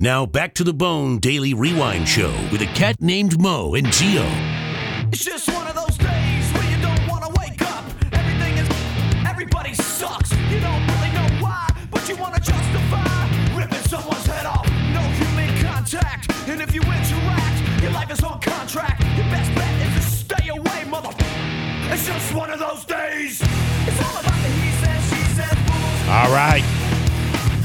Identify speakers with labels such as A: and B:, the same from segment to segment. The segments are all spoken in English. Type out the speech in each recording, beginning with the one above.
A: Now back to the Bone Daily Rewind Show with a cat named Mo and Geo.
B: It's just one of those days where you don't want to wake up. Everything is. Everybody sucks. You don't really know why, but you want to justify ripping someone's head off. No human contact. And if you interact, your life is on contract. Your best bet is to stay away, mother. It's just one of those days. It's all about the he says, she says, fools.
C: All right.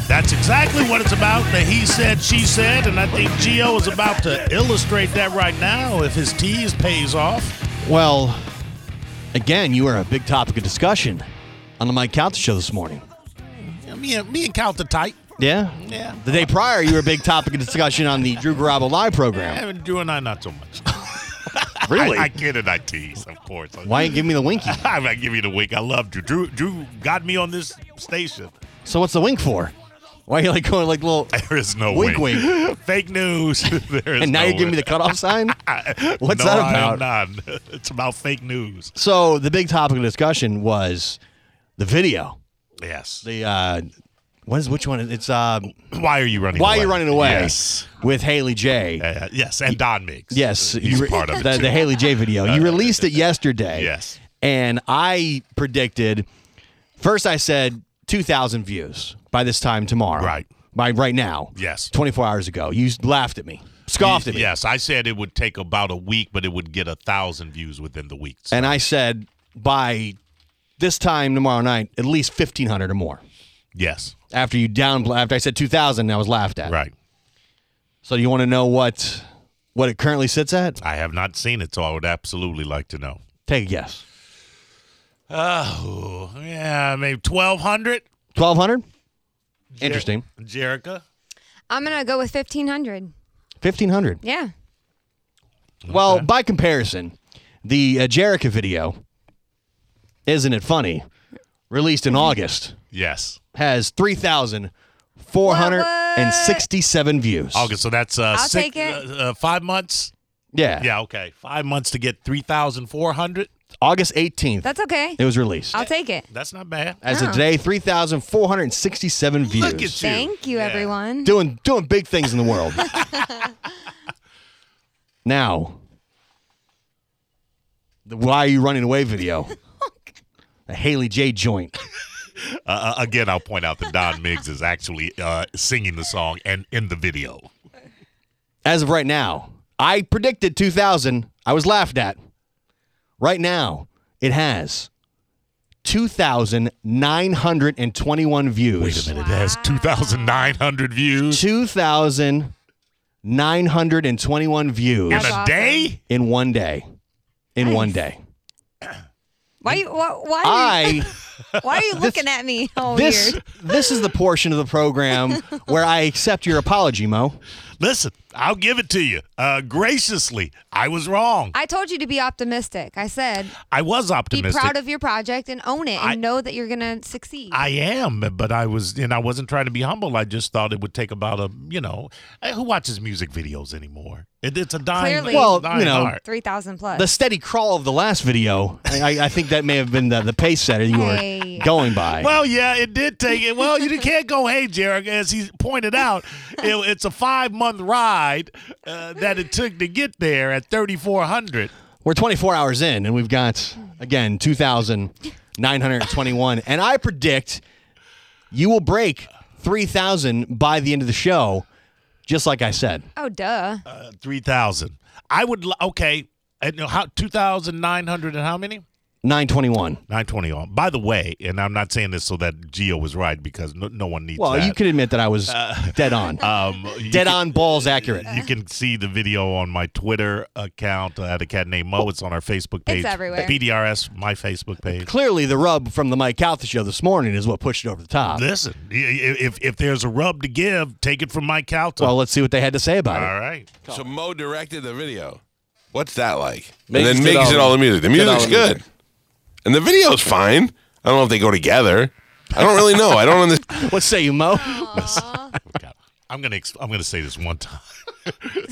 C: That's exactly what it's about. The he said, she said, and I think Geo is about to illustrate that right now if his tease pays off.
D: Well, again, you were a big topic of discussion on the Mike Calta show this morning.
C: Yeah, Me and, me and Count the Tight.
D: Yeah?
C: Yeah.
D: The day prior, you were a big topic of discussion on the Drew Garabo Live program.
C: And you and I, not so much.
D: Really?
C: I, I kid and I tease, of course.
D: Why give me the winky?
C: I, I give you the wink. I love Drew. Drew. Drew got me on this station.
D: So what's the wink for? Why are you like going like little
C: There is no
D: wink
C: wink.
D: wink?
C: Fake news. There is
D: And now
C: no
D: you're giving me the
C: wink.
D: cutoff sign? What's
C: no,
D: that
C: I am
D: about?
C: not. It's about fake news.
D: So the big topic of discussion was the video.
C: Yes.
D: The uh what is which one? It's uh
C: why are you running?
D: Why
C: away?
D: Are You Running Away
C: Yes.
D: with Haley J.
C: Uh, yes, and Don Miggs.
D: Yes,
C: he's
D: re-
C: part of it.
D: the,
C: too.
D: the Haley J video. You released it yesterday.
C: Yes.
D: and I predicted. First, I said two thousand views by this time tomorrow.
C: Right.
D: By right now.
C: Yes.
D: Twenty four hours ago, you laughed at me, scoffed at me,
C: Yes, I said it would take about a week, but it would get a thousand views within the week.
D: and I said by this time tomorrow night, at least fifteen hundred or more.
C: yes,
D: After you down, after I said two thousand, I was laughed at.
C: right.
D: So, do you want to know what what it currently sits at?
C: I have not seen it, so I would absolutely like to know.
D: Take a guess.
C: Oh, yeah, maybe twelve hundred.
D: Twelve hundred. Interesting.
C: Jerica.
E: I'm gonna go with 1500.
D: Fifteen hundred.
E: Yeah.
D: Well, by comparison, the uh, Jerica video, isn't it funny? Released
C: Mm-hmm.
D: in August,
C: Yes.
D: has three thousand four hundred and sixty-seven views.
C: August. So that's uh,
E: I'll
C: six,
E: take it.
C: Uh, uh, five months.
D: Yeah.
C: Yeah. Okay. Five months to get three thousand four hundred.
D: August eighteenth,
E: That's okay.
D: it was released.
E: I'll take it.
C: That's not bad.
D: As of today, three thousand four hundred and sixty-seven views.
C: Oh. Look at you.
E: Thank you,
C: Yeah.
E: everyone.
D: Doing doing big things in the world. now, the "Why Are You Running Away" video, the Haley J joint.
C: Uh, uh, again, I'll point out that Don Miggs is actually uh, singing the song and in the video.
D: as of right now, I predicted 2000. I was laughed at. Right now, it has 2,921 views.
C: Wait a minute, it has 2,900 views
D: 2,921 views
C: in
E: That's
C: a
E: awesome.
C: day?
D: in one day. In one day.
E: Why you why why are you,
D: I
E: why are you looking at me all
D: this
E: weird?
D: this is the portion of the program where I accept your apology, Mo.
C: Listen, I'll give it to you. Uh, graciously, I was wrong.
E: I told you to be optimistic. I said
C: I was
E: be
C: optimistic.
E: proud of your project and own it and
C: I-
E: know that you're gonna succeed.
C: I am, but I was, and I wasn't trying to be humble. I just thought it would take about a, you know, eh, who watches music videos anymore? It, it's a dying,
E: Clearly.
C: it's a
D: Well,
C: dying
D: you know,
C: art.
E: Three thousand plus.
D: The steady crawl of the last video, I, I- I think that may have been the, the pace setter you were
E: Hey.
D: going by.
C: Well, yeah, it did take it. Well, you can't go, hey, Jared, as he pointed out, it, it's a five month ride uh, that it took to get there at 3,400.
D: We're 24 hours in, and we've got again 2,921, and I predict you will break 3,000 by the end of the show, just like I said.
E: oh duh.
C: Uh, 3,000. I would, li- okay, and how 2,900 and how many?
D: 921.
C: 920 on. By the way, and I'm not saying this so that Geo was right because no, no one needs
D: Well,
C: that.
D: you could admit that I was dead on,
C: Um, Uh, you
D: dead
C: can-
D: on balls accurate.
C: You can see the video on my Twitter account uh, at a cat named Mo. It's on our Facebook page.
E: everywhere.
C: BDRS, my Facebook page.
D: Clearly, the rub from the Mike Caltha show this morning is what pushed it over the top.
C: Listen, i- i- if if there's a rub to give, take it from Mike Calta.
D: Well, let's see what they had to say about it.
C: All right.
F: So Mo directed the video. What's that like? and
G: Miggs
F: then
G: did
F: Miggs
G: all
F: did
G: the-
F: all the music. The
G: did all
F: music's
G: the
F: good.
G: music.
F: And the video's fine. I don't know if they go together. I don't really know. I don't understand.
D: What say you, Mo?
C: God, I'm gonna ex- I'm gonna say this one time,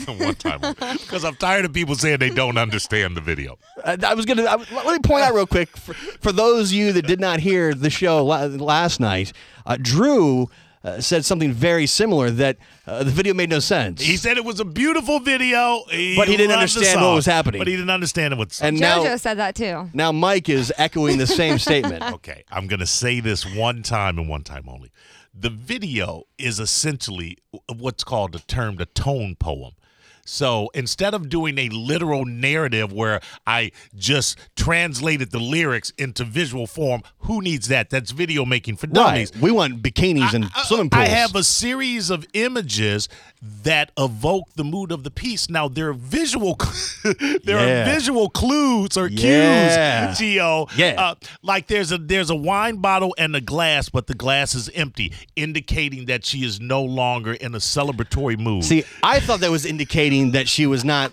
C: one time, because I'm tired of people saying they don't understand the video.
D: I, Uh, I was gonna. I, let me point out real quick for, for those of you that did not hear the show la- last night. Uh, Drew uh, said something very similar that uh, the video made no sense.
C: He said it was a beautiful video,
D: But he didn't
C: loved the
D: understand what
C: song,
D: was happening.
C: But he didn't understand what's.
D: and
E: JoJo
D: now,
E: said that too.
D: now Mike is echoing the same statement.
C: okay, I'm gonna say this one time and one time only. The video is essentially what's called the term the tone poem. So instead of doing a literal narrative where I just translated the lyrics into visual form, who needs that? That's video making for dummies.
D: Right. We want bikinis and
C: I-
D: swimming pools.
C: I have a series of images that evoke the mood of the piece. Now there are visual, there
D: Yeah.
C: are visual clues or
D: Yeah.
C: cues, Geo.
D: Yeah.
C: Uh, like there's a there's a wine bottle and a glass, but the glass is empty, indicating that she is no longer in a celebratory mood.
D: See, I thought that was indicating that she was not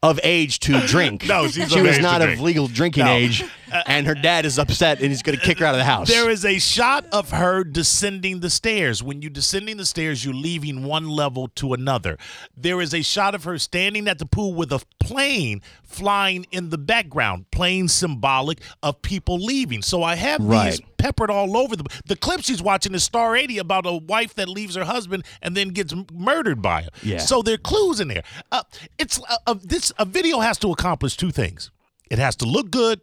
D: of age to drink.
C: No, she's
D: she
C: of
D: was
C: age
D: not
C: to
D: of
C: drink.
D: legal drinking
C: No.
D: age, and her dad is upset and he's going to kick her out of the house.
C: There is a shot of her descending the stairs. When you descending the stairs, you're leaving one level to another. There is a shot of her standing at the pool with a plane flying in the background, plane symbolic of people leaving. So I have
D: Right.
C: these peppered all over the the clip she's watching is Star 80 about a wife that leaves her husband and then gets m- murdered by him.
D: Yeah.
C: So there are clues in there. Uh, it's uh, uh, this a video has to accomplish two things. It has to look good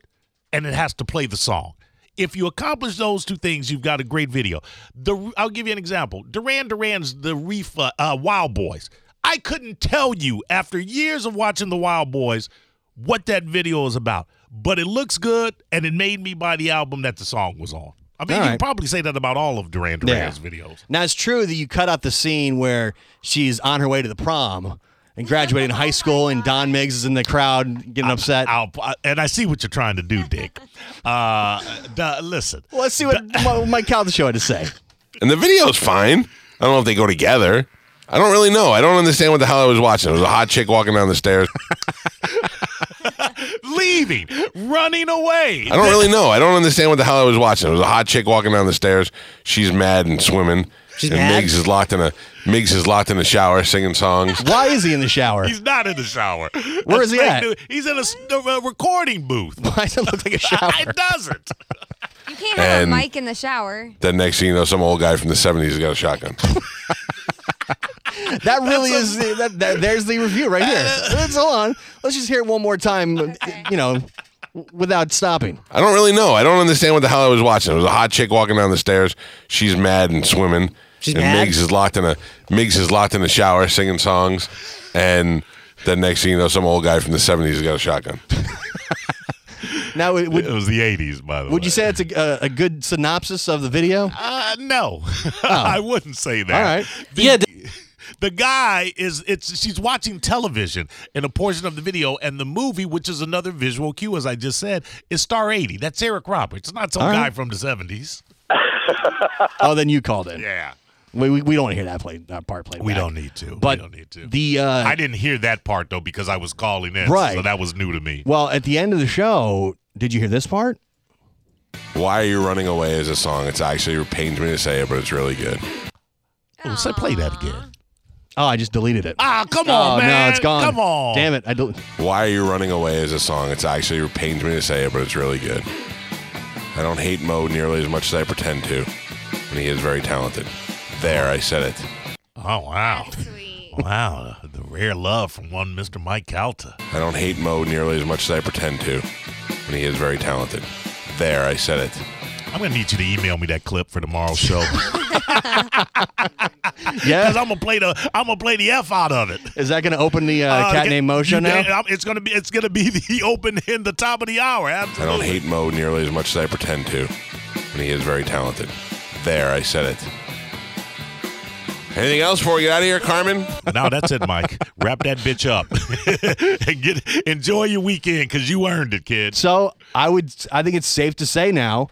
C: and it has to play the song. If you accomplish those two things, you've got a great video. The I'll give you an example. Duran Duran's The Reef uh, uh, Wild Boys. I couldn't tell you after years of watching The Wild Boys what that video is about, but it looks good and it made me buy the album that the song was on. I mean,
D: All
C: you
D: right.
C: can probably say that about all of Duran Duran's
D: Yeah.
C: videos.
D: Now it's true that you cut out the scene where she's on her way to the prom and graduating high school, and Don Miggs is in the crowd getting upset.
C: I'll, and I see what you're trying to do, Dick. Uh, duh, listen,
D: Let's see what what Mike Calder show had to say.
F: And the video's fine. I don't know if they go together. I don't really know. I don't understand what the hell I was watching. It was a hot chick walking down the stairs.
C: leaving, running away.
D: Uh,
F: I don't really know. I don't understand what the hell I was watching. It was a hot chick walking down the stairs. She's mad and swimming. She's and
D: mad?
F: Miggs is locked in a Miggs is locked in the shower singing songs.
D: Why is he in the shower?
C: He's not in the shower.
D: Where
C: That's
D: is he
C: fake
D: at?
C: news. He's in a, s- a recording booth.
D: Why does it look like a shower?
C: It doesn't.
E: You can't have a
F: And-
E: mic in the shower.
F: Then next thing you know, some old guy from the seventies has got a shotgun.
D: That really is. that, that, there's the review right here. Let's hold on. Let's just hear it one more time. uh, You know, w- without stopping.
F: I don't really know. I don't understand what the hell I was watching. It was a hot chick walking down the stairs. She's mad and swimming. She's and
D: mad?
F: Miggs is locked in a Miggs is locked in the shower singing songs. And then next thing you know, some old guy from the seventies has got a shotgun.
D: Now, would- would,
C: It was the 80s, by the way.
D: would you say that's a, a, a good synopsis of the video?
C: Uh, no, I wouldn't say that.
D: Oh. All right.
C: The,
D: Yeah,
C: the guy is it's she's watching television in a portion of the video, and the movie, which is another visual cue, as I just said, is Star eighty. That's Eric Roberts. It's not some
D: All right.
C: guy from the seventies.
D: Oh, then you called in.
C: Yeah,
D: We, we, we don't want to hear that play that part played.
C: we
D: back.
C: don't need to.
D: But
C: we don't need to.
D: the uh,
C: I didn't hear that part though because I was calling in,
D: Right.
C: So that was new to me.
D: well at the end of the show, did you hear this part?
F: Why are you running away is a song. It's actually it pains me to say it, but it's really good.
C: Oh, so play that again.
D: Oh, I just deleted it.
C: Ah, come
D: oh
C: on, man.
D: no, it's gone.
C: Come on,
D: Damn it! I del-
F: Why are you running away is a song. It's actually it pains me to say it, but it's really good. I don't hate Mo nearly as much as I pretend to, and he is very talented. There, I said it.
C: Oh wow.
E: Sweet.
C: Wow, the rare love from one Mr. Mike Calta.
F: I don't hate Mo nearly as much as I pretend to, and he is very talented. There, I said it.
C: I'm gonna need you to email me that clip for tomorrow's show because
D: yeah.
C: I'm gonna play the I'm gonna play the f out of it.
D: Is that going to open the uh,
C: Uh,
D: cat
C: get-
D: named Mo show
C: you-
D: now?
C: I'm- It's gonna be it's gonna be the open in the top of the hour.
F: I
C: Absolutely.
F: don't hate Mo nearly as much as I pretend to, and he is very talented. There, I said it. Anything else before we get out of here, Carmen?
C: no, that's it, Mike. Wrap that bitch up and get enjoy your weekend because you earned it, kids.
D: So I would. I think it's safe to say now,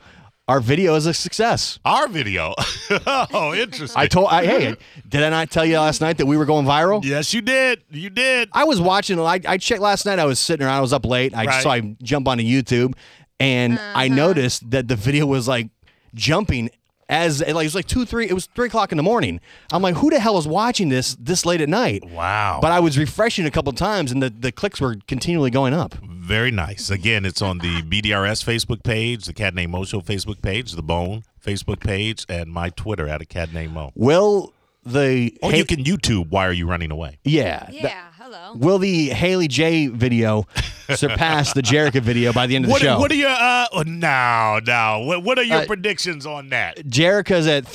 D: our video is a success.
C: Our video. oh, interesting.
D: I told I hey, did I not tell you last night that we were going viral?
C: yes, you did. You did.
D: I was watching. I, I checked last night. I was sitting around. I was up late. I
C: Right.
D: so I jump onto YouTube, and I noticed that the video was like jumping as like it was like two three. It was three o'clock in the morning. I'm like, who the hell is watching this this late at night?
C: Wow.
D: But I was refreshing a couple times, and the, the clicks were continually going up.
C: Very nice. Again, it's on the BDRS Facebook page, the Cat Named Mo Show Facebook page, the Bone Facebook page and my Twitter at a cat named Mo.
D: Will the
C: Or
D: Ha-
C: Oh, you can YouTube. Why are you running away?
D: yeah,
E: Yeah.
D: that-
E: hello.
D: will the Haley J video surpass the Jerica video by the end of
C: What,
D: the show?
C: what are your uh oh, no no what, what are your
D: Uh,
C: predictions on that?
D: Jerica's at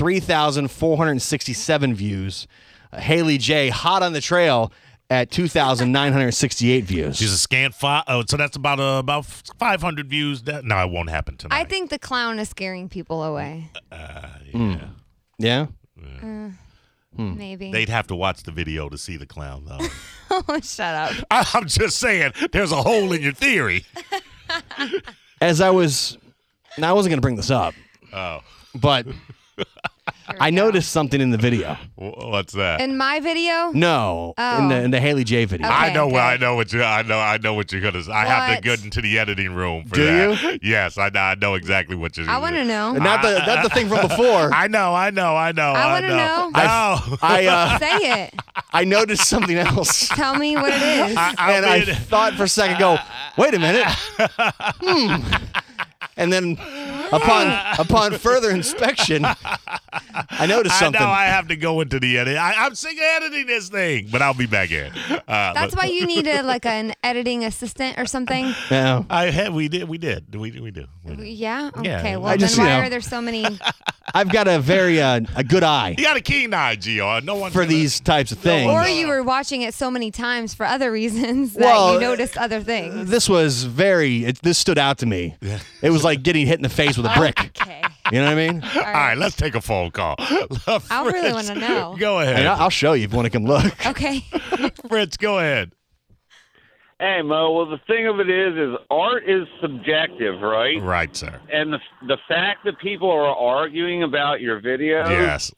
D: 3,467 views. Uh, Haley J, hot on the trail, at 2,968 views.
C: She's a scant five. Oh, so that's about uh, about five hundred views. That no, it won't happen tonight.
E: I think the clown is scaring people away.
D: yeah.
E: Maybe.
C: they'd have to watch the video to see the clown though.
E: oh, shut up.
C: I, I'm just saying, there's a hole in your theory.
D: As I was, now I wasn't going to bring this up. Oh. But I noticed something in the video.
C: Wh- What's that?
E: In my video,
D: No, in the in the Haley J video.
E: Okay.
C: I know. where I know what you. I know. I know what you're gonna. I have to
E: What?
C: get into the editing room. For
D: Do
C: that. Yes, I know. I know exactly what you're.
E: I want to know.
D: Not the not the thing from before.
C: I know. I know. I know.
E: I wanna
C: know.
E: know.
C: No.
D: I uh,
E: Say it.
D: I noticed something else.
E: Tell me what it is.
C: I
D: and I
C: mean-
D: thought for a second, go, wait a minute. Hmm. And then upon upon further inspection, I noticed
C: I
D: something.
C: know I have to go into the edit. I, I'm sick of editing this thing, but I'll be back in. Uh,
E: That's why you need a, like an editing assistant or something.
D: Yeah.
C: I had we did we did we we do. We do.
E: Yeah. Okay.
C: Yeah.
E: Well,
D: I just,
E: then
D: you
E: why
D: know-
E: are there so many?
D: I've got a very uh, a good eye
C: You got a keen eye, Gio. No one
D: for these types of things.
E: Or you were watching it so many times for other reasons that
D: Well,
E: you noticed other things.
D: this was very. It, this stood out to me. It was like getting hit in the face with a brick.
E: Okay.
D: You know what I mean?
E: All
C: All
E: right.
C: right, let's take a phone call.
E: I really want to know.
C: Go
D: And I-
C: ahead,
D: I'll show you if you want to come look.
E: Okay.
C: Fritz. Go ahead.
G: Hey Mo, well the thing of it is, is art is subjective, right?
C: Right, sir.
G: And the the fact that people are arguing about your video
C: Yes.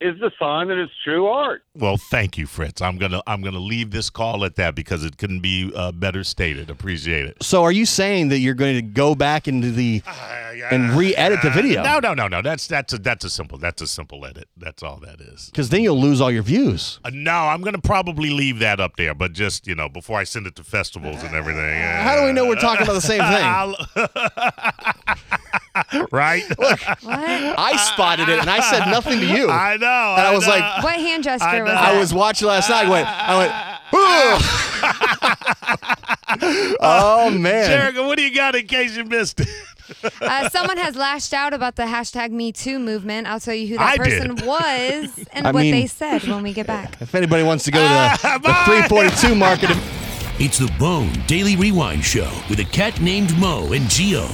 G: is the sign that it's true art.
C: Well, thank you, Fritz. I'm gonna I'm gonna leave this call at that because it couldn't be uh, better stated. Appreciate it.
D: So, are you saying that you're going to go back into the and re-edit the video?
C: No, no, no, no. That's that's a that's a simple that's a simple edit. That's all that is.
D: Because then you'll lose all your views.
C: Uh, no, I'm gonna probably leave that up there, but just you know before I send it to festivals and everything. eh.
D: How do we know we're talking about the same thing?
C: I'll- right?
E: What?
D: I spotted it and I said nothing to you.
C: I know.
D: And I was like,
E: What hand gesture
C: I
E: was
C: know.
E: that?
D: I was watching last night. I went, I went. "Ugh." oh man!
C: Jericho, what do you got in case you missed it?
E: Uh, someone has lashed out about the hashtag Me Too movement. I'll tell you who that
C: I did.
E: person was and
D: I
E: what
D: mean-
E: they said when we get back.
D: If anybody wants to go to the, the
C: bye.
D: 342 market.
A: It's the Bone Daily Rewind Show with a cat named Mo and Geo.